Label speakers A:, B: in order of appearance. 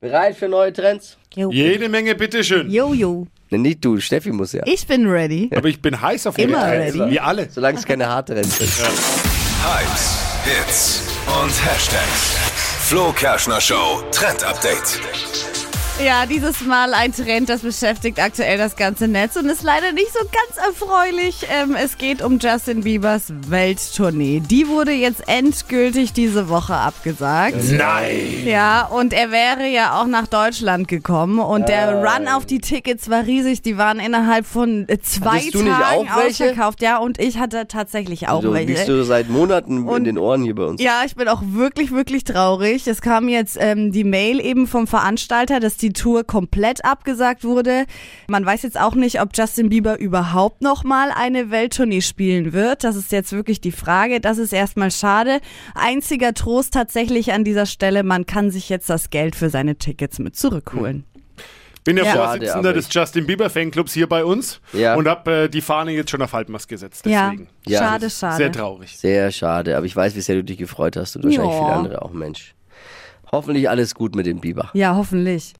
A: Bereit für neue Trends?
B: Jo.
C: Jede Menge, bitteschön.
B: Jo, jo.
A: Ne, nicht du, Steffi muss ja.
B: Ich bin ready.
C: Aber ich bin heiß auf jeden
B: Immer
C: Fall.
B: ready.
C: Wir alle.
A: Solange es keine harte Trends ist.
D: Hypes, Hits und Hashtags. Flo Kerschner Show Trend Update.
B: Ja, dieses Mal ein Trend, das beschäftigt aktuell das ganze Netz und ist leider nicht so ganz erfreulich. Ähm, es geht um Justin Biebers Welttournee. Die wurde jetzt endgültig diese Woche abgesagt.
C: Nein.
B: Ja, und er wäre ja auch nach Deutschland gekommen und der Run auf die Tickets war riesig. Die waren innerhalb von äh, zwei
A: Hattest du nicht
B: Tagen
A: auch welche?
B: ausverkauft. Ja, und ich hatte tatsächlich auch
A: Also
B: welche.
A: liegst du seit Monaten in
B: Oh Und-
A: den Ohren hier bei uns.
B: Ja, ich bin auch wirklich, wirklich traurig. Es kam jetzt ähm, die Mail eben vom Veranstalter, dass die Tour komplett abgesagt wurde. Man weiß jetzt auch nicht, ob Justin Bieber überhaupt nochmal eine Welttournee spielen wird. Das ist jetzt wirklich die Frage. Das ist erstmal schade. Einziger Trost tatsächlich an dieser Stelle, man kann sich jetzt das Geld für seine Tickets mit zurückholen.
C: Bin der
B: Ja.
A: Schade,
C: Vorsitzender
A: aber
C: des Justin Bieber Fanclubs hier bei uns
A: Ja.
C: und habe äh, die Fahne jetzt schon auf Halbmast gesetzt. Deswegen.
B: Ja,
A: Ja,
B: schade,
A: das
B: schade.
C: Sehr traurig.
A: Sehr schade, aber ich weiß, wie sehr du dich gefreut hast und wahrscheinlich
B: Ja.
A: viele andere auch, Mensch. Hoffentlich alles gut mit dem Biber.
B: ja, hoffentlich.